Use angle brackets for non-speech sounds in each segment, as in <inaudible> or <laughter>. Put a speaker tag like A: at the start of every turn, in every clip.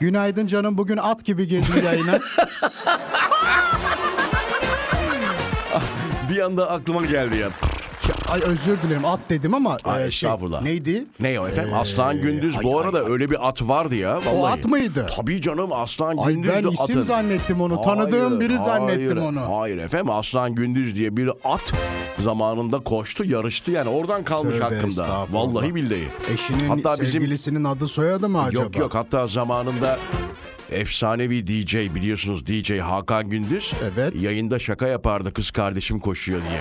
A: Günaydın canım bugün at gibi girdim
B: <laughs>
A: yayına.
B: Bir anda aklıma geldi ya.
A: Ay özür dilerim at dedim ama
B: Ay,
A: e, şey,
B: estağfurullah.
A: neydi?
B: Ne o
A: Ee,
B: efendim? Aslan Gündüz. Bu arada öyle bir at vardı ya. Vallahi.
A: O at mıydı?
B: Tabii canım Aslan
A: Ay
B: Gündüz
A: ben isim
B: atın.
A: zannettim onu. Tanıdığım biri zannettim
B: hayır,
A: onu.
B: Hayır efendim Aslan Gündüz diye bir at zamanında koştu yarıştı yani oradan kalmış
A: Tövbe
B: hakkımda.
A: estağfurullah.
B: Vallahi billahi.
A: Eşinin
B: Hatta bizim-
A: sevgilisinin adı soyadı mı acaba?
B: Yok yok hatta zamanında efsanevi DJ biliyorsunuz DJ Hakan Gündüz
A: Evet.
B: yayında şaka yapardı kız kardeşim koşuyor
A: <laughs>
B: diye.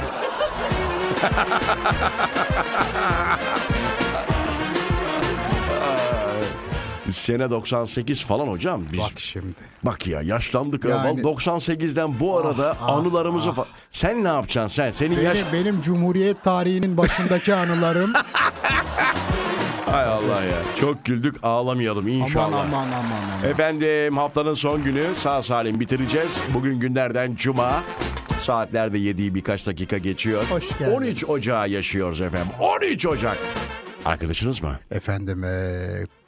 B: Sene 98 falan hocam. Biz
A: Bak şimdi.
B: Bak ya yaşlandık
A: Yani-
B: Erval. 98'den bu arada
A: ah,
B: anılarımızı fa- Sen ne yapacaksın sen? Senin yaş...
A: Benim, benim Cumhuriyet tarihinin
B: <laughs>
A: başındaki anılarım
B: Hay Allah ya. Çok güldük ağlamayalım
A: aman
B: inşallah.
A: aman aman aman.
B: Efendim haftanın son günü sağ salim bitireceğiz. Bugün günlerden cuma. Saatlerde yediği birkaç dakika geçiyor.
A: Hoş geldiniz.
B: 13 Ocağı yaşıyoruz efendim. 13 Ocak. Arkadaşınız mı?
A: Efendim e,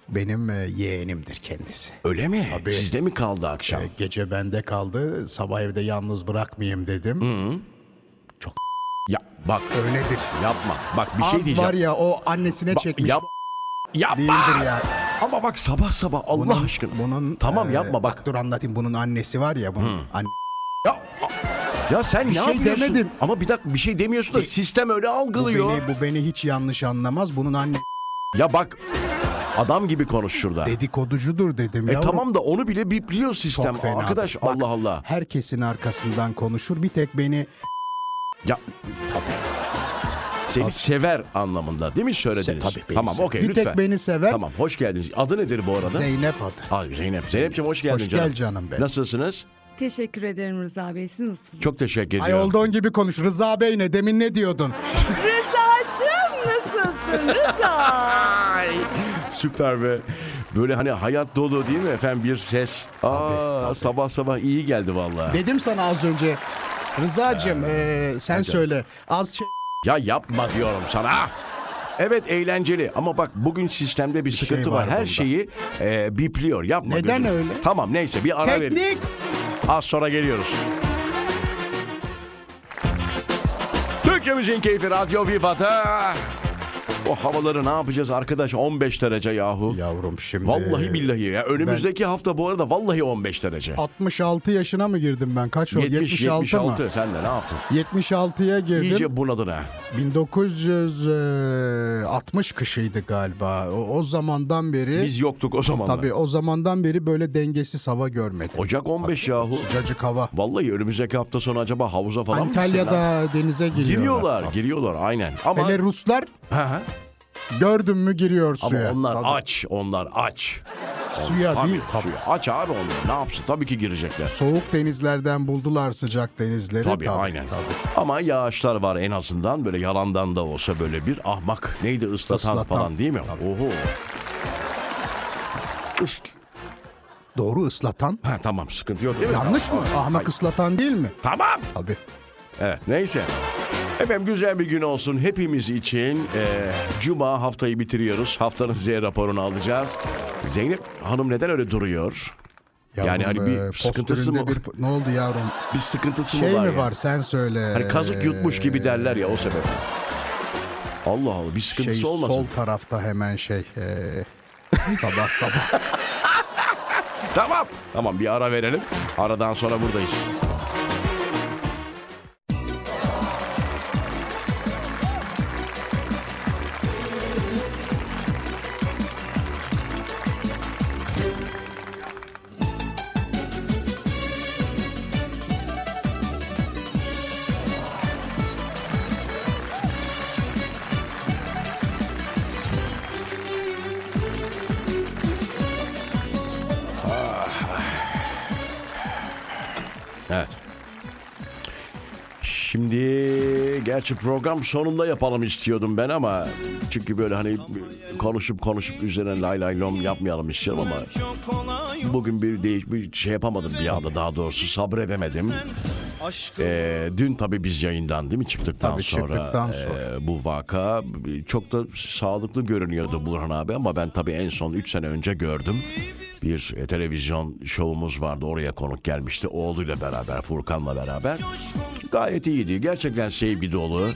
A: benim e, yeğenimdir kendisi.
B: Öyle mi? Sizde mi kaldı akşam?
A: E, Gece bende kaldı. Sabah evde yalnız bırakmayayım dedim.
B: Hmm. Ya bak
A: Öyledir.
B: yapma. Bak bir
A: Az
B: şey diyeceğim.
A: var ya o annesine
B: Ba-
A: çekmiş
B: yap- yapma.
A: değildir ya.
B: Ama bak sabah sabah Allah
A: Bunun-
B: aşkına.
A: Bunun,
B: tamam
A: e,
B: yapma bak. Hmm.
A: Dur anlatayım bunun annesi var ya bunun. Anne,
B: Ya, ya sen
A: Bir
B: ne
A: şey
B: yapıyorsun?
A: demedim. E,
B: Ama bir dakika bir şey demiyorsun da sistem öyle
A: bu,
B: algılıyor.
A: beni, bu beni hiç yanlış anlamaz. Bunun anne
B: Ya bak adam gibi konuş şurada.
A: dedikoducudur dedim
B: E
A: yavrum.
B: tamam da onu bile bipliyor
A: Çok
B: sistem.
A: fenadır.
B: Arkadaş
A: Bak,
B: Allah Allah.
A: Herkesin arkasından konuşur. Bir tek beni
B: Ya Seni sever anlamında değil mi söylediniz?
A: tabii, beni
B: tamam
A: sever.
B: okey
A: Bir
B: lütfen.
A: tek beni sever.
B: Tamam hoş geldiniz. Adı nedir bu arada?
A: Zeynep adı.
B: Ay Zeynep. Zeynep'ciğim hoş geldin
A: Hoş
B: canım.
A: gel canım benim.
B: Nasılsınız?
C: Teşekkür ederim Rıza Bey. Siz nasılsınız?
B: Çok teşekkür
A: Ay
B: ediyorum.
A: olduğun gibi konuş. Rıza Bey ne demin ne diyordun?
C: Rıza'cığım nasılsın Rıza?
B: Ay, süper be. Böyle hani hayat dolu değil mi efendim bir ses. Aa, sabah sabah iyi geldi vallahi.
A: Dedim sana az önce. Rızacığım ee, sen söyle. Az şey
B: Ya yapma diyorum sana. Evet eğlenceli ama bak bugün sistemde bir, sıkıntı
A: şey
B: var.
A: var
B: Her
A: bunda.
B: şeyi e, bipliyor. Yapma
A: Neden
B: gözünü.
A: öyle?
B: Tamam neyse bir ara verin.
A: Teknik.
B: Az sonra geliyoruz. Türkçe Müziğin Keyfi Radyo Viva'da. O havaları ne yapacağız arkadaş? 15 derece yahu.
A: Yavrum şimdi.
B: Vallahi billahi ya. Önümüzdeki hafta bu arada vallahi 15 derece.
A: 66 yaşına mı girdim ben? Kaç oldu?
B: 70
A: 76,
B: 76.
A: mı?
B: Sen de ne yaptın?
A: 76'ya girdim.
B: İyice bunadın ha.
A: 1960 e, kışıydı galiba. O, o zamandan beri
B: Biz yoktuk o zamanlar.
A: tabii o zamandan beri böyle dengesiz hava görmedim.
B: Ocak 15 yahu.
A: Sıcacık hava.
B: Vallahi önümüzdeki hafta sonu acaba havuza falan mı gitsinler?
A: Antalya'da denize giriyorlar.
B: Giriyorlar, giriyorlar aynen. Ama,
A: Hele Ruslar
B: Hı hı.
A: gördün mü giriyor
B: ama
A: suya.
B: onlar
A: Tabii.
B: aç, onlar aç.
A: Suya
B: Tabii,
A: değil tabii.
B: suya. Aç abi onlar ne yapsın tabii ki girecekler.
A: Soğuk denizlerden buldular sıcak denizleri.
B: Tabii, aynen.
A: tabii.
B: Ama yağışlar var en azından böyle yalandan da olsa böyle bir ahmak neydi ıslatan,
A: Islatan.
B: falan değil mi? Oho. Is-
A: Doğru ıslatan.
B: ha, tamam sıkıntı yok değil mi?
A: Yanlış mı?
B: Tamam.
A: Ahmak ıslatan değil mi?
B: Tamam.
A: Tabii.
B: Evet neyse. Efendim güzel bir gün olsun hepimiz için. Ee, Cuma haftayı bitiriyoruz. Haftanın size raporunu alacağız. Zeynep Hanım neden öyle duruyor? Yani hani bir
A: e,
B: sıkıntısı mı-
A: postüründe bir- ne oldu yavrum?
B: Bir sıkıntısı
A: Şey
B: mı
A: mi
B: var?
A: var, Ee,
B: ya?
A: sen söyle.
B: Hani kazık yutmuş gibi derler ya o sebep. Allah Allah bir
A: Şey
B: sıkıntısı olmasın.
A: sol tarafta hemen şey. e, <laughs> sabah sabah.
B: Tamam. Tamam bir ara verelim. Aradan sonra buradayız. Evet. Şimdi gerçi program sonunda yapalım istiyordum ben ama çünkü böyle hani konuşup konuşup üzerine lay lay lom yapmayalım istiyorum ama
D: Çok kolay
B: bugün bir değiş bir şey yapamadım bir anda daha doğrusu sabredemedim.
D: aşkım
B: Ee, dün tabii biz yayından değil mi çıktıktan
A: Tabii
B: sonra,
A: çıktıktan sonra.
B: e, bu vaka çok da sağlıklı görünüyordu Burhan abi ama ben tabii en son 3 sene önce gördüm. bir e, televizyon şovumuz vardı. Oraya konuk gelmişti. Oğluyla beraber, Furkan'la beraber. Gayet iyiydi. Gerçekten sevgi dolu.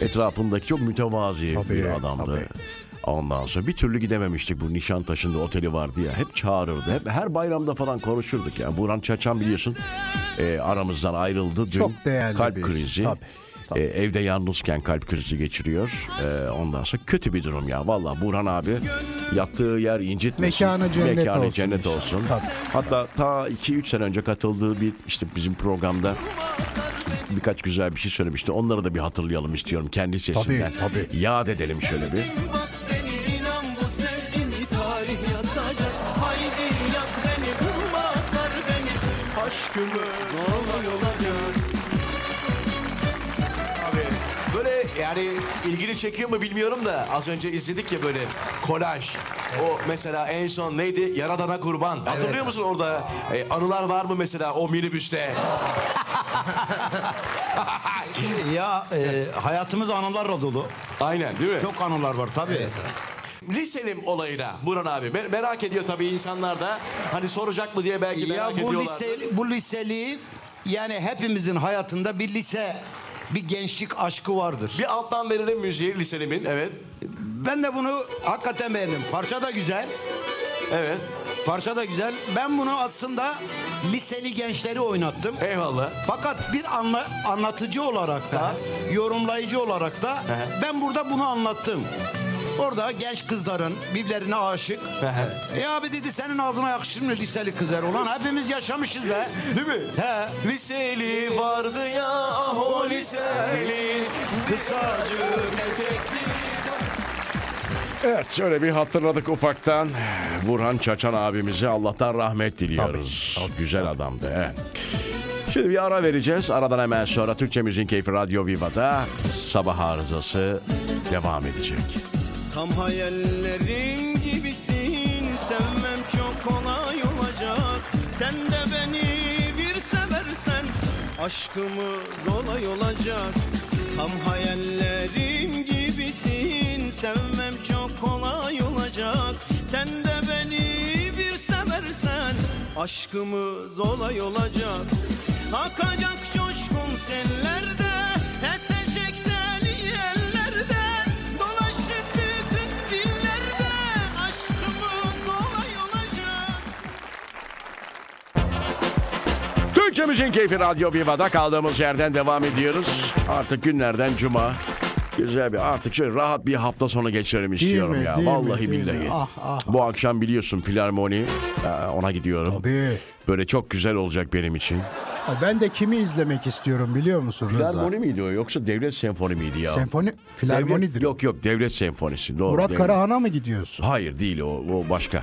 B: Etrafındaki çok mütevazi bir adamdı. Ondan sonra bir türlü gidememiştik bu Nişantaşı'nda oteli vardı ya. Hep çağırırdı. Hep her bayramda falan konuşurduk. Yani Burhan Çaçan biliyorsun e, aramızdan ayrıldı. Dün
A: Çok değerli
B: kalp
A: bir isim.
B: krizi.
A: Tabii,
B: E, evde yalnızken kalp krizi geçiriyor. E, ondan sonra kötü bir durum ya. Vallahi Burhan abi yattığı yer incitmesin.
A: Mekanı cennet
B: Mekanı
A: olsun
B: cennet
A: inşallah.
B: olsun.
A: Tabii.
B: Hatta ta 2-3 sene önce katıldığı bir işte bizim programda birkaç güzel bir şey söylemişti. Onları da bir hatırlayalım istiyorum kendi sesinden.
A: tabii.
B: Yad edelim şöyle bir.
D: Bak seni inan bu sevgimi tarih yazacak Haydi yak beni vurma sar beni Aşkımı zorla yola gör
E: Abi Ee, böyle yani ilgini çekiyor mu bilmiyorum da az önce izledik ya böyle kolaj. O mesela en son neydi? Yaradana kurban. Hatırlıyor musun orada? E, anılar var mı mesela o minibüste?
F: Ya e, hayatımız anılarla dolu.
E: Aynen değil mi?
F: Çok anılar var tabii.
E: Liselim olayına Burhan abi. Me- merak ediyor tabii insanlar da. Hani soracak mı diye belki
F: ya
E: merak
F: bu
E: ediyorlar.
F: liseli, bu liseliği yani hepimizin hayatında bir lise bir gençlik aşkı vardır.
E: Bir alttan verelim müziği liselimin. Evet.
F: Ben de bunu hakikaten beğendim. Parça da güzel.
E: Evet.
F: Parça da güzel. Ben bunu aslında liseli gençleri oynattım.
E: Eyvallah.
F: Fakat bir anla, anlatıcı olarak da, yorumlayıcı olarak da ben burada bunu anlattım. Orada genç kızların birbirlerine aşık. E abi dedi senin ağzına yakışır mı liseli kızlar? Ulan hepimiz yaşamışız be.
E: Değil mi?
F: He.
E: Liseli vardı ya ah o liseli.
F: Kısacık
B: Evet şöyle bir hatırladık ufaktan. Burhan Çaçan abimize Allah'tan rahmet diliyoruz. Güzel adamdı. he. Şimdi bir ara vereceğiz. Aradan hemen sonra Türkçe Müzik Keyfi Radyo Viva'da sabah arızası devam edecek.
D: Tam hayallerin gibisin Sevmem çok kolay olacak Sen de beni bir seversen Aşkımız olay olacak Tam hayallerim gibisin Sevmem çok kolay olacak Sen de beni bir seversen Aşkımız olay olacak Akacak coşkun sellerde Esecek deli ellerde Dolaşıp bütün dillerde Aşkımız olay olacak
B: Türkçe Müziğin Keyfi Radyo Viva'da kaldığımız yerden devam ediyoruz. Artık günlerden cuma. Güzel bir artık şöyle rahat bir hafta sonu geçirelim istiyorum
A: mi,
B: ya.
A: değil mi,
B: Vallahi
A: değil mi?
B: billahi.
A: Ah, ah.
B: Bu akşam biliyorsun filarmoni. Ee, Ona gidiyorum.
A: Tabii.
B: Böyle çok güzel olacak benim için.
A: Ay, Ben de kimi izlemek istiyorum biliyor musun Rıza?
B: Filarmoni miydi o yoksa devlet senfoni miydi ya?
A: Senfoni,
B: Devlet-
A: filarmonidir.
B: Yok yok devlet senfonisi. Doğru.
A: Murat
B: devlet-
A: Karahan'a mı gidiyorsun?
B: Hayır değil o, o başka.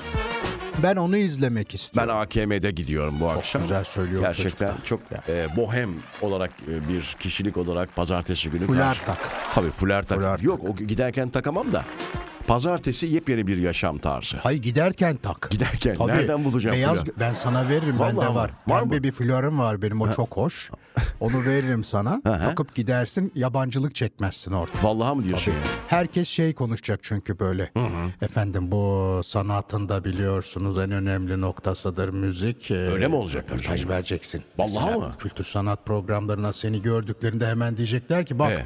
A: Ben onu izlemek
B: Ben
A: istiyorum.
B: AKM'de gidiyorum bu akşam.
A: güzel söylüyor
B: Gerçekten çok e, bohem olarak e, bir kişilik olarak pazartesi günü
A: Fular
B: karşı-
A: tak.
B: Tabii fular tak.
A: Fular
B: Yok o giderken takamam da. Pazartesi yepyeni bir yaşam tarzı.
A: Hayır giderken tak.
B: Giderken, nereden bulacağım
A: Beyaz
B: flör?
A: ben sana veririm
B: Vallahi
A: bende
B: mi?
A: var.
B: Var
A: Pembe
B: mı?
A: bir flörüm var benim o çok hoş. Onu veririm sana. takıp gidersin yabancılık çekmezsin orada.
B: Vallahi mı diyorsun? ya?
A: Herkes şey konuşacak çünkü böyle. Efendim bu sanatında biliyorsunuz en önemli noktasıdır müzik.
B: Öyle mi olacak?
A: Mesaj vereceksin.
B: Vallahi
A: Mesela
B: mi?
A: Kültür sanat programlarına seni gördüklerinde hemen diyecekler ki bak
B: He.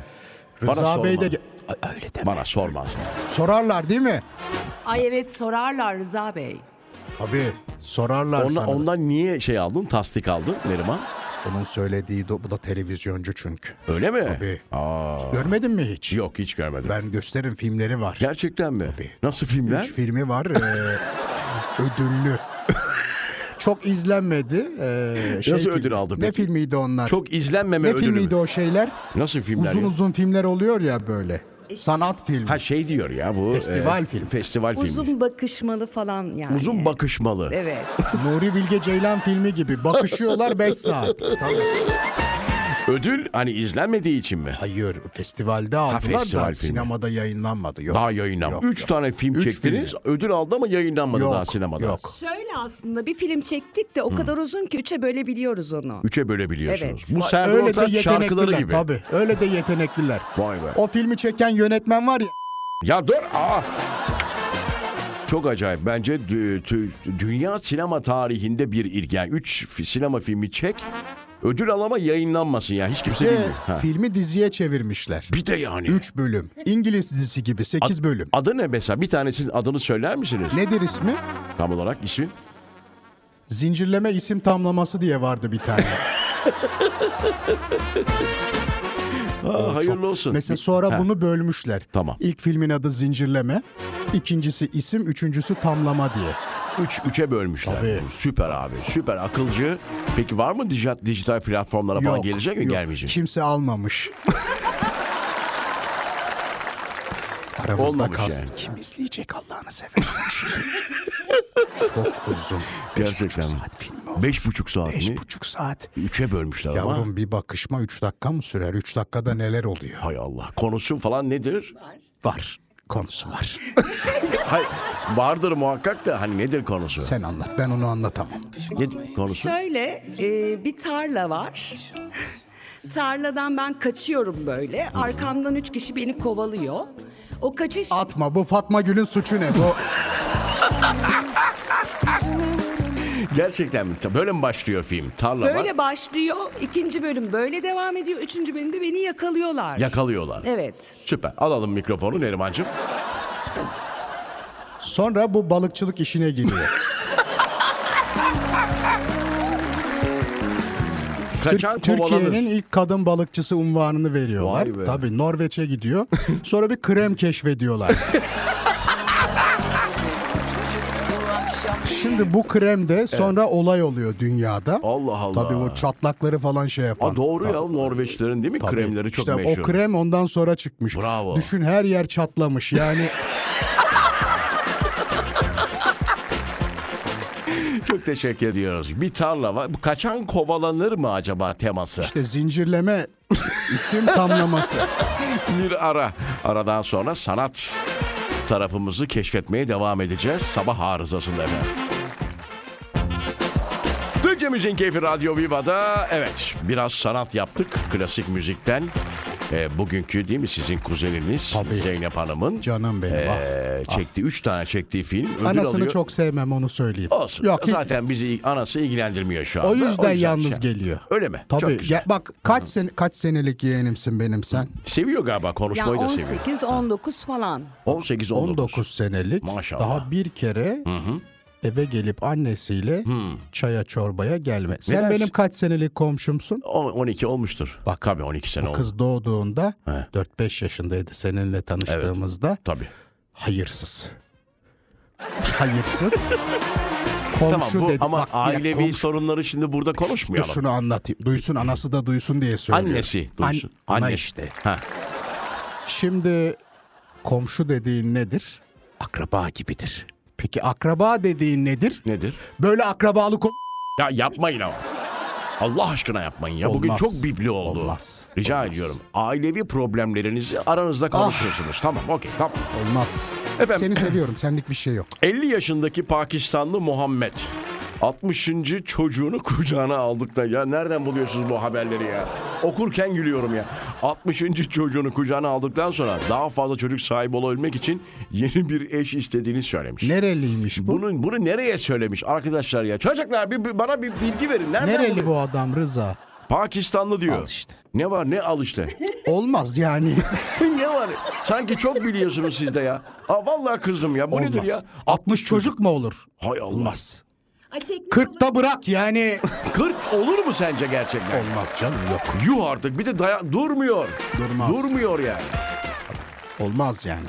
B: Bana
A: Rıza Bey de
B: sorma.
A: ge- Ay, öyle deme.
B: Bana sormazlar.
A: Sorarlar değil mi?
C: <laughs> Ay evet sorarlar Rıza Bey.
A: Tabii sorarlar
B: Ondan,
A: sana.
B: ondan niye şey aldın? Tasdik aldın Neriman?
A: Onun söylediği de- bu da televizyoncu çünkü.
B: Öyle mi?
A: Tabii.
B: Aa,
A: Görmedin mi hiç?
B: yok hiç görmedim.
A: Ben gösterim filmleri var.
B: Gerçekten mi?
A: Tabii.
B: Nasıl filmler?
A: Üç filmi
B: <laughs>
A: var. ee, ödüllü. Çok izlenmedi. ee, şey
B: Nasıl ödül
A: filmi.
B: aldı
A: Ne
B: peki?
A: filmiydi onlar?
B: Çok izlenmeme
A: ne
B: ödülü
A: filmiydi
B: mü?
A: o şeyler?
B: Nasıl filmler?
A: uzun
B: ya?
A: uzun filmler oluyor ya böyle. Sanat filmi.
B: Ha şey diyor ya bu. e,
A: Festival filmi.
B: Festival filmi.
C: Uzun bakışmalı falan yani.
B: Uzun bakışmalı.
C: Evet.
A: Nuri Bilge Ceylan filmi gibi. Bakışıyorlar 5 saat.
B: <laughs> Ödül hani izlenmediği için mi?
A: Hayır festivalde aldılar
B: festival
A: da
B: filmi.
A: sinemada yayınlanmadı. Yok.
B: Daha yayınlanmadı.
A: Yok,
B: Üç
A: yok.
B: tane film
A: Üç
B: çektiniz.
A: film.
B: Ödül aldı ama yayınlanmadı
A: Yok,
B: daha sinemada.
A: Yok.
C: Şöyle aslında bir film çektik de o kadar uzun ki üçe bölebiliyoruz onu.
B: Üçe bölebiliyorsunuz.
C: Evet.
B: Bu Serdar
A: Öyle de
B: Ortaç şarkıları
A: yetenekliler
B: gibi.
A: tabii. Öyle de yetenekliler.
B: Vay be.
A: O filmi çeken yönetmen var ya
B: Ya dur. Aa. Çok acayip. Bence dü- tü- dünya sinema tarihinde bir ilk. Yani 3 sinema filmi çek. Ödül alama yayınlanmasın yani. Hiç kimse
A: Ve
B: bilmiyor. Ha.
A: filmi diziye çevirmişler.
B: Bir de yani.
A: 3 bölüm. İngiliz dizisi gibi 8 bölüm.
B: Adı ne mesela? Bir tanesinin adını söyler misiniz?
A: Nedir ismi?
B: Tam olarak ismin.
A: Zincirleme isim tamlaması diye vardı bir tane.
B: Aa, <laughs> hayırlı olsun.
A: Mesela sonra
B: Ha.
A: bunu bölmüşler.
B: Tamam.
A: İlk filmin adı Zincirleme, ikincisi isim, üçüncüsü tamlama diye.
B: 3 üçe bölmüşler.
A: Tabii.
B: Süper abi. Süper akılcı. Peki var mı dijital, dijital platformlara falan gelecek mi
A: yok.
B: gelmeyecek? mi? <laughs>
A: Kimse almamış. Aramızda
B: Olmamış
A: kalsın.
B: yani.
A: Kim izleyecek Allah'ını seversen.
B: <laughs>
A: Çok uzun.
B: Gerçekten. mi? Beş buçuk saat mi?
A: Beş buçuk saat.
B: Üçe bölmüşler ama.
A: Yavrum bir bakışma 3 dakika mı sürer? 3 dakikada neler oluyor?
B: Hay Allah. Konusu falan nedir?
A: Var.
B: <laughs>
A: Konusu var.
B: Hay, vardır muhakkak da hani nedir konusu?
A: Sen anlat. Ben onu anlatamam.
B: Ne konusu?
C: Şöyle e, bir tarla var. <laughs> Tarladan ben kaçıyorum böyle. Arkamdan üç kişi beni kovalıyor. O kaçış
A: Atma. Bu Fatma Gül'ün suçu ne? Bu
B: Gerçekten mi? Böyle mi başlıyor film? Tarla var,
C: böyle başlıyor. İkinci bölüm böyle devam ediyor. Üçüncü bölümde beni yakalıyorlar.
B: Yakalıyorlar.
C: evet.
B: Süper. Alalım mikrofonu Nerimancığım.
A: Sonra bu balıkçılık
B: <laughs>
A: işine giriyor.
B: Kaçan
A: Tür-
B: kovalanır.
A: Türkiye'nin ilk kadın balıkçısı unvanını veriyorlar.
B: Vay be.
A: Tabii Norveç'e gidiyor. Sonra bir krem keşfediyorlar. Şimdi bu krem de sonra olay oluyor dünyada.
B: Allah Allah.
A: Tabii o çatlakları falan şey yapan.
B: Aa, doğru ya Norveçlerin değil mi?
A: Tabii.
B: Kremleri çok
A: İşte
B: meşhur.
A: O krem ondan sonra çıkmış.
B: Bravo.
A: Düşün her yer çatlamış. Yani
B: Çok teşekkür ediyoruz. Bir tarla var. Bu Kaçan kovalanır mı acaba teması?
A: işte zincirleme isim tamlaması.
B: Bir ara. Aradan sonra sanat tarafımızı keşfetmeye devam edeceğiz. Sabah arızasında efendim. Türkçe Müziğin Keyfi Radyo Viva'da evet biraz sanat yaptık klasik müzikten. Ee, bugünkü değil mi sizin kuzeniniz
A: Tabii.
B: Zeynep Hanım'ın
A: Canım benim,
B: ee,
A: ah, ah.
B: çektiği 3 tane çektiği film ödül
A: Anasını
B: alıyor.
A: çok sevmem onu söyleyeyim.
B: Olsun.
A: Yok, hiç-
B: Zaten bizi anası ilgilendirmiyor şu anda.
A: O yüzden yalnız
B: şey-
A: geliyor.
B: Öyle mi?
A: Tabii.
B: Çok güzel.
A: Ya bak kaç sen kaç senelik yeğenimsin benim sen?
B: Seviyor galiba
C: Ya
B: konuşmayı da seviyor.
C: 18-19 falan.
B: 18 19.
A: 19 senelik.
B: Maşallah.
A: Daha bir kere eve gelip annesiyle çaya çorbaya gelme. Sen
B: dersin?
A: benim kaç senelik komşumsun?
B: O- 12 olmuştur. Bak tabii 12 sene oldu.
A: Kız doğduğunda
B: He.
A: 4-5 yaşındaydı seninle tanıştığımızda.
B: Tabii.
A: Hayırsız.
B: <laughs>
A: Hayırsız. komşu
B: Tamam bu
A: dedi.
B: ama
A: Bak, bir dakika,
B: ailevi
A: komşu-
B: sorunları şimdi burada
A: Dur
B: konuşmayalım.
A: şunu anlatayım. Duysun anası da duysun diye söylüyorum.
B: Annesi
A: An-
B: duysun.
A: ana
B: Anne.
A: işte.
B: Ha.
A: Şimdi komşu dediğin nedir? Akraba gibidir. Peki akraba dediğin nedir?
B: Nedir?
A: Böyle akrabalık ol-
B: Ya yapmayın ama. Allah aşkına yapmayın ya. Bugün
A: Olmaz.
B: çok bibli oldu.
A: Olmaz.
B: Rica
A: Olmaz. Ah.
B: ediyorum. Ailevi problemlerinizi aranızda konuşuyorsunuz. Tamam okey tamam.
A: olmaz.
B: Efendim.
A: Seni seviyorum. Senlik bir şey yok.
B: 50 yaşındaki Pakistanlı Muhammed 60. çocuğunu <laughs> kucağına aldıktan ya nereden buluyorsunuz bu haberleri ya? Okurken gülüyorum ya. 60. çocuğunu kucağına aldıktan sonra daha fazla çocuk sahibi olabilmek için yeni bir eş istediğini söylemiş.
A: Nereliymiş bu?
B: Bunu bunu nereye söylemiş arkadaşlar ya? Çocuklar bir, bir- bana bir bilgi verin. Nereden
A: Nereli
B: buluyor?
A: bu adam Rıza?
B: Pakistanlı diyor.
A: Al işte.
B: Ne var ne al işte.
A: Olmaz yani.
B: <laughs> ne var? Sanki çok biliyorsunuz siz de ya. Aa, vallahi kızdım ya. Bu nedir
A: Olmaz.
B: ya?
A: 60 çocuk mu olur?
B: Hay Allah.
A: Olmaz.
C: Ay, teknik olarak-
A: 40'ta bırak yani.
B: 40 olur mu sence gerçekten?
A: olmaz canım yok.
B: Yuh artık bir de daya durmuyor.
A: Durmaz.
B: Durmuyor yani.
A: Olmaz yani.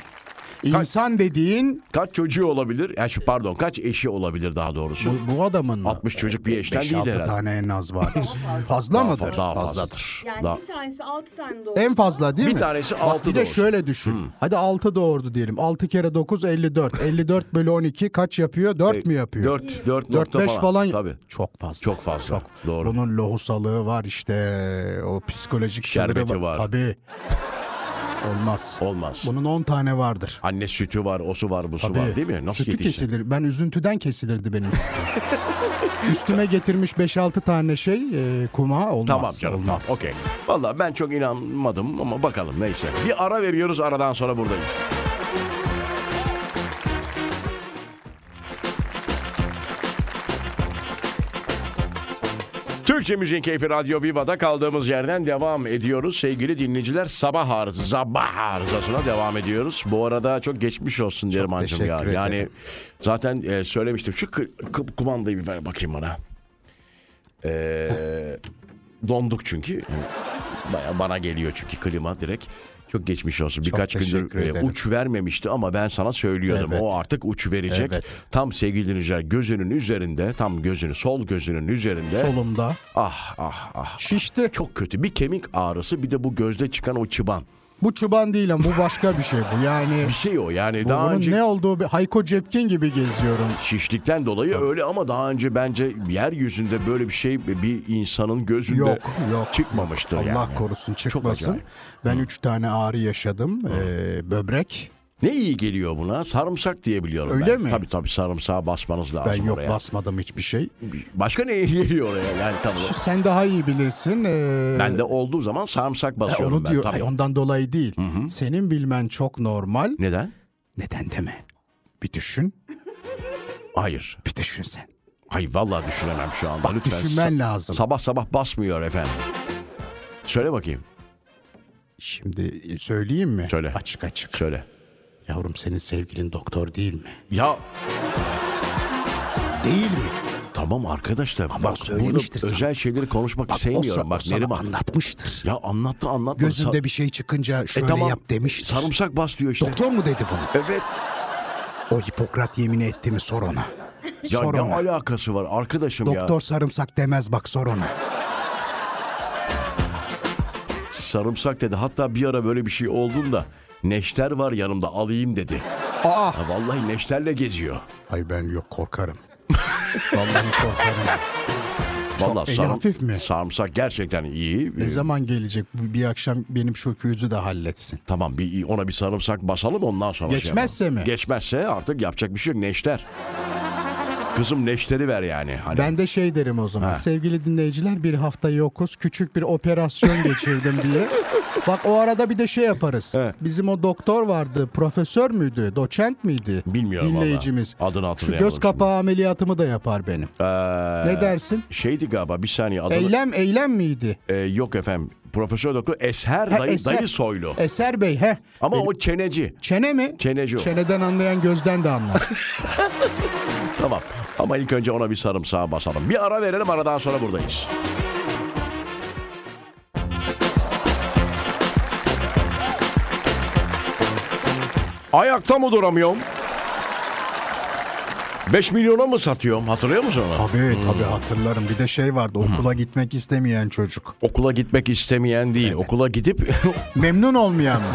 A: İnsan dediğin
B: Kaç çocuğu olabilir? Ya şu pardon kaç eşi olabilir daha doğrusu?
A: bu, bu adamın mı?
B: 60 çocuk bir eşten değil
A: 5-6
B: herhalde.
A: tane en
B: <laughs>
A: az vardır. fazla
B: Daha,
A: mıdır?
B: fa- daha fazladır.
C: Yani
B: Daha-
C: bir tanesi 6 tane doğru.
A: En fazla değil
B: Bir
A: mi?
B: tanesi
A: Bak,
B: altı
A: Bir de
B: doğurdu.
A: şöyle düşün.
B: Hmm.
A: Hadi 6 doğurdu diyelim. 6 kere 9 54. 54 bölü 12 kaç yapıyor? 4 mü yapıyor?
B: 4, 4
A: 4
B: E, nokta
A: 5 falan.
B: Tabii.
A: Çok fazla.
B: Çok fazla. Doğru.
A: Bunun lohusalığı var işte. O psikolojik sınırı
B: Şerbeti var.
A: Tabii. Olmaz.
B: Olmaz.
A: Bunun 10 tane vardır.
B: Anne sütü var, osu var, busu
A: Tabii.
B: var değil mi? Nasıl
A: Sütü
B: yetişsin?
A: kesilir. Ben üzüntüden
B: <laughs>
A: kesilirdi benim. Üstüme getirmiş 5-6 tane şey e, kuma olmaz.
B: Tamam canım
A: olmaz.
B: tamam okey. Valla ben çok inanmadım ama bakalım neyse. Bir ara veriyoruz aradan sonra buradayız. Türkçemizin keyfi Radyo Viva'da kaldığımız yerden devam ediyoruz. Sevgili dinleyiciler sabah arz, sabah arızasına devam ediyoruz. Bu arada çok geçmiş olsun derim ancım ya.
A: teşekkür ederim.
B: Yani zaten e, söylemiştim. Şu kı- kı- kumandayı bir ver bakayım bana. Ee, donduk çünkü. Baya bana geliyor çünkü klima direkt. Çok geçmiş olsun. Birkaç gündür
A: teşekkür
B: e,
A: ederim.
B: uç vermemişti ama ben sana söylüyordum.
A: Evet.
B: O artık uç verecek.
A: Evet.
B: Tam sevgili dinleyiciler gözünün üzerinde, tam gözünü, sol gözünün üzerinde.
A: Solumda
B: Ah ah ah.
A: şişti.
B: Çok kötü. Bir kemik ağrısı bir de bu gözde çıkan o çıban.
A: Bu çuban değil ama bu başka bir şey bu. Yani
B: Bir şey o yani
A: bu-
B: daha
A: bunun
B: önce
A: ne olduğu bir Hayko Cepkin gibi geziyorum.
B: şişlikten dolayı öyle ama daha önce bence yeryüzünde böyle bir şey bir insanın gözünde
A: Yok yok.
B: çıkmamıştır
A: Allah
B: yani.
A: korusun
B: Çok
A: çıkmasın.
B: acayip.
A: Ben üç tane ağrı yaşadım. Ee, böbrek.
B: Ne iyi geliyor buna? Sarımsak diye biliyorum
A: Öyle
B: ben.
A: mi?
B: Tabii tabii sarımsağa basmanız lazım
A: Ben yok
B: oraya.
A: basmadım hiçbir şey.
B: Başka ne iyi geliyor oraya yani tabii.
A: Şu sen daha iyi bilirsin. Ee,
B: Ben de olduğu zaman sarımsak
A: e,
B: basıyorum
A: onu
B: ben
A: diyor.
B: tabii.
A: Ay, ondan dolayı değil. Senin bilmen çok normal.
B: Neden?
A: Neden deme. Bir düşün.
B: Hayır.
A: Bir düşün sen.
B: Ay vallahi düşünemem şu anda.
A: Bak,
B: Lütfen.
A: düşünmen lazım.
B: Sabah sabah basmıyor efendim. Söyle bakayım.
A: Şimdi söyleyeyim mi?
B: Söyle.
A: Açık açık.
B: Söyle.
A: Yavrum senin sevgilin doktor değil mi?
B: Ya
A: Değil mi?
B: tamam arkadaşlar.
A: Ama
B: bak
A: o söylemiştir
B: bunu
A: sana.
B: özel şeyleri konuşmak
A: Bak, o sa-
B: sevmiyorum.
A: o
B: Bak
A: sana
B: Neriman.
A: anlatmıştır.
B: Ya anlattı anlattı.
A: Gözünde bir şey
B: E,
A: çıkınca şöyle yap demiştir.
B: Sarımsak bas diyor işte.
A: Doktor mu dedi bunu?
B: Evet.
A: O Hipokrat yemini etti mi sor ona.
B: Ya
A: sor
B: ne
A: ona.
B: alakası var arkadaşım ya.
A: Doktor sarımsak demez bak sor ona.
B: sarımsak dedi. Hatta bir ara böyle bir şey olduğunda neşter var yanımda alayım dedi.
A: Aa!
B: Ha, vallahi neşterle geziyor.
A: Ay ben
B: <laughs>
A: yok korkarım. Vallahi korkarım.
B: Ee. Vallahi
A: eli hafif mi?
B: Sarımsak gerçekten iyi. Ee,
A: Ne zaman gelecek? Bu- Bir akşam benim şu küyüzü de halletsin.
B: Tamam bir ona bir sarımsak basalım ondan sonra şey
A: Geçmezse
B: yapalım.
A: mi?
B: Geçmezse artık yapacak bir şey yok. Neşter. Kızım neşteri ver yani. Hani
A: Ben de şey derim o zaman. Sevgili dinleyiciler bir hafta yokuz. Küçük bir operasyon geçirdim diye. Bak o arada bir de şey yaparız.
B: He.
A: Bizim o doktor vardı. Profesör müydü? Doçent miydi?
B: Bilmiyorum valla.
A: Dinleyicimiz.
B: Adını
A: Şu
B: hatırlayamadım
A: göz kapağı ameliyatımı da yapar benim.
B: Ee,
A: ne dersin?
B: Şeydi galiba bir saniye adını.
A: Eylem eylem miydi?
B: Ee, yok efendim. Profesör Doktor Esher
A: Ha,
B: dayı,
A: Eser- E-
B: dayı soylu.
A: Eser Bey he.
B: Ama
A: Benim-
B: o çeneci.
A: çene mi?
B: Çeneci o.
A: Çeneden anlayan gözden de anlar.
B: Tamam. Ama ilk önce ona bir sarımsağa basalım. Bir ara verelim aradan sonra buradayız. Ayakta mı duramıyorum? 5 milyona mı satıyorum? Hatırlıyor musun onu?
A: <laughs> tabii tabii hatırlarım. Bir de şey vardı
B: Hmm.
A: okula gitmek istemeyen çocuk.
B: Okula gitmek istemeyen değil. Okula gidip <laughs>
A: Memnun olmayan mı?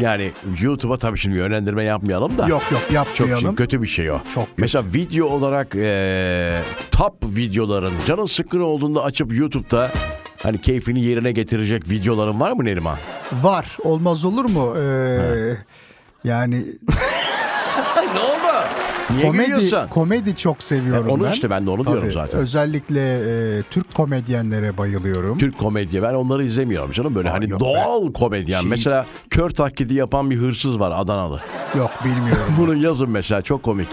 B: yani YouTube'a tabii şimdi yönlendirme yapmayalım da.
A: yok yok
B: Çok
A: yapmayalım.
B: şimdi kötü bir şey o.
A: Çok kötü.
B: Mesela video olarak eee, top videoların canın sıkkın olduğunda açıp YouTube'da hani keyfini yerine getirecek videoların var mı Neriman?
A: Var. Olmaz olur mu? Ee, yani
B: ne oldu? Niye
A: komedi
B: gülüyorsun?
A: komedi çok seviyorum
B: E, onu
A: ben.
B: işte ben de onu diyorum zaten.
A: Özellikle e, Türk komedyenlere bayılıyorum.
B: Türk komediye ben onları izlemiyorum canım böyle
A: Aa,
B: hani
A: yok
B: doğal komedyen.
A: Şey-
B: Mesela kör taklidi yapan bir hırsız var Adanalı.
A: Yok
B: <laughs>
A: bilmiyorum.
B: Bunu yazın mesela çok komik.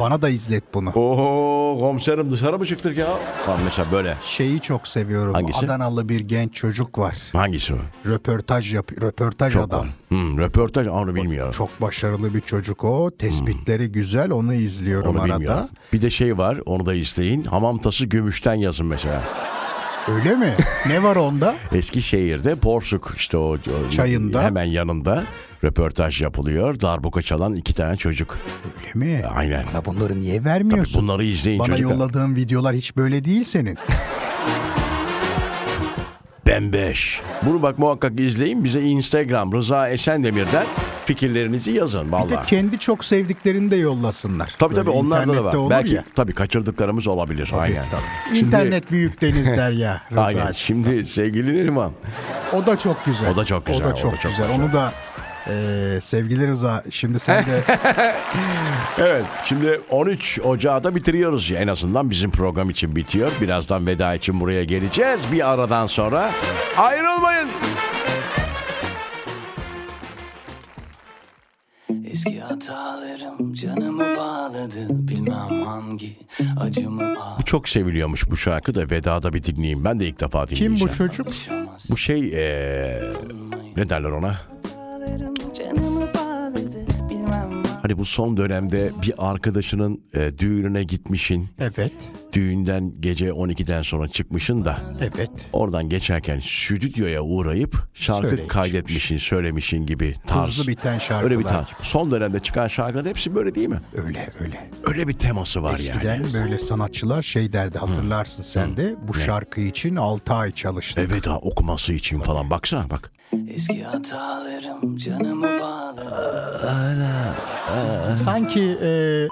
A: Bana da izlet bunu.
B: Oho komiserim dışarı mı çıktık ya? Lan mesela böyle.
A: Şeyi çok seviyorum.
B: Hangisi?
A: Adanalı bir genç çocuk var.
B: Hangisi o?
A: Röportaj yap röportaj adam.
B: Hmm, röportaj onu bilmiyorum.
A: Çok başarılı bir çocuk o. Tespitleri güzel. Onu izliyorum
B: Hmm. Onu
A: arada.
B: bilmiyorum. Bir de şey var onu da izleyin. Hamam tası gümüşten yazın mesela.
A: Öyle mi? ne
B: <laughs>
A: var onda?
B: Eskişehir'de Porsuk işte o, o-
A: Çayında.
B: hemen yanında röportaj yapılıyor. Darbuka çalan iki tane çocuk.
A: Öyle mi?
B: Aynen.
A: Bana bunları niye
B: Tabii
A: vermiyorsun?
B: bunları izleyin
A: Bana
B: çocuklar.
A: yolladığın videolar hiç böyle değil senin.
B: Bembeş. Bunu bak muhakkak izleyin. Bize Instagram Rıza Esendemir'den fikirlerinizi yazın
A: Bir de
B: valla.
A: kendi çok sevdiklerini de yollasınlar.
B: Tabii tabii
A: Böyle
B: onlarda da
A: internette
B: var.
A: olur
B: Belki
A: ya.
B: tabii kaçırdıklarımız olabilir. aynen.
A: Tabii.
B: Şimdi-
A: İnternet büyük deniz der ya
B: <laughs> Aynen.
A: Rıza'cığım.
B: Şimdi sevgili Neriman.
A: O da çok güzel.
B: O da çok güzel,
A: O da çok, güzel. Onu da e, sevgili Rıza şimdi sen
B: <laughs>
A: de
B: Evet şimdi 13 Ocağı da bitiriyoruz en azından bizim program için bitiyor. Birazdan veda için buraya geleceğiz. Bir aradan sonra ayrılmayın.
D: Is
G: Eski hatalarım canımı bağladı Bilmem hangi acımı
B: Bu çok seviliyormuş bu şarkı da vedada bir dinleyeyim. Ben de ilk defa dinleyeceğim.
A: Kim bu çocuk?
G: ağlaşamaz
B: Bu şey eee, ne derler ona?
G: Hatalarım canımı bağladı Bilmem
B: Hani bu son dönemde bir arkadaşının e, düğününe gitmişin.
A: Evet.
B: Düğünden gece 12'den sonra çıkmışın da
A: Evet.
B: oradan geçerken stüdyoya uğrayıp şarkı
A: Söyleyip
B: kaydetmişin, söylemişin gibi tarz.
A: Hızlı biten şarkılar
B: Öyle bir tarz. Son dönemde çıkan şarkıların hepsi böyle değil mi?
A: Öyle öyle.
B: Öyle bir teması var yani.
A: Eskiden böyle sanatçılar şey derdi hatırlarsın sen de bu şarkı için 6 ay çalıştım.
B: Evet ha E, okuması için falan baksana bak.
G: Eski hatalarım canımı bağladı
A: Sanki e,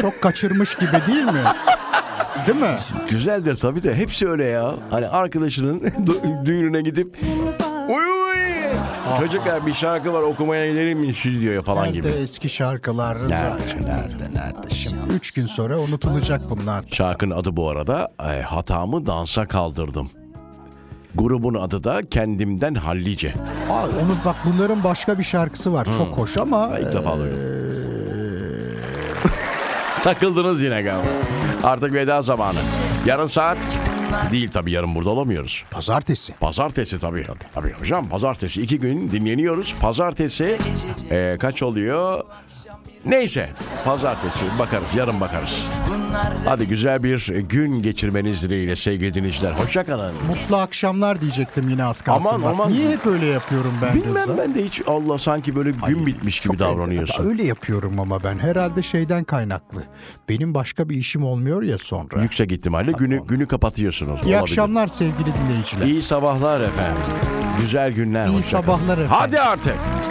A: çok kaçırmış gibi
B: <laughs>
A: değil mi? Değil mi?
B: Güzeldir tabii de hepsi öyle ya. Hani arkadaşının <laughs> dü- düğününe gidip uy uy. Çocuklar bir şarkı var okumaya gidelim mi stüdyoya falan
A: Nerede
B: gibi.
A: eski şarkılar? Nerede, nerede, nerede? Şimdi 3 gün sonra unutulacak bunlar.
B: Şarkının adı bu arada e, Hatamı Dansa Kaldırdım. Grubun adı da Kendimden Hallice.
A: Aa, onu bak bunların başka bir şarkısı var. Çok hoş ama
B: Ben ilk
A: e,
B: defa duydum. <laughs> Takıldınız yine galiba. Artık veda zamanı. Yarın saat değil tabii yarın burada olamıyoruz.
A: pazartesi.
B: Pazartesi tabii. Tabii hocam pazartesi. iki gün dinleniyoruz. Pazartesi eee, kaç oluyor? Neyse pazartesi bakarız yarın bakarız. Hadi güzel bir gün geçirmeniz dileğiyle sevgili dinleyiciler. Hoşçakalın.
A: Mutlu akşamlar diyecektim yine az kalsın.
B: Aman,
A: Bak,
B: aman.
A: Niye hep öyle yapıyorum ben Rıza?
B: Bilmem ben de hiç Allah sanki böyle gün bitmiş gibi davranıyorsun.
A: Öyle yapıyorum ama ben herhalde şeyden kaynaklı. Benim başka bir işim olmuyor ya sonra.
B: Yüksek ihtimalle günü günü kapatıyorsunuz.
A: İyi
B: Olabilir.
A: akşamlar sevgili dinleyiciler.
B: İyi sabahlar efendim. Güzel günler.
A: İyi
B: hoşça kalın.
A: sabahlar efendim.
B: Hadi artık.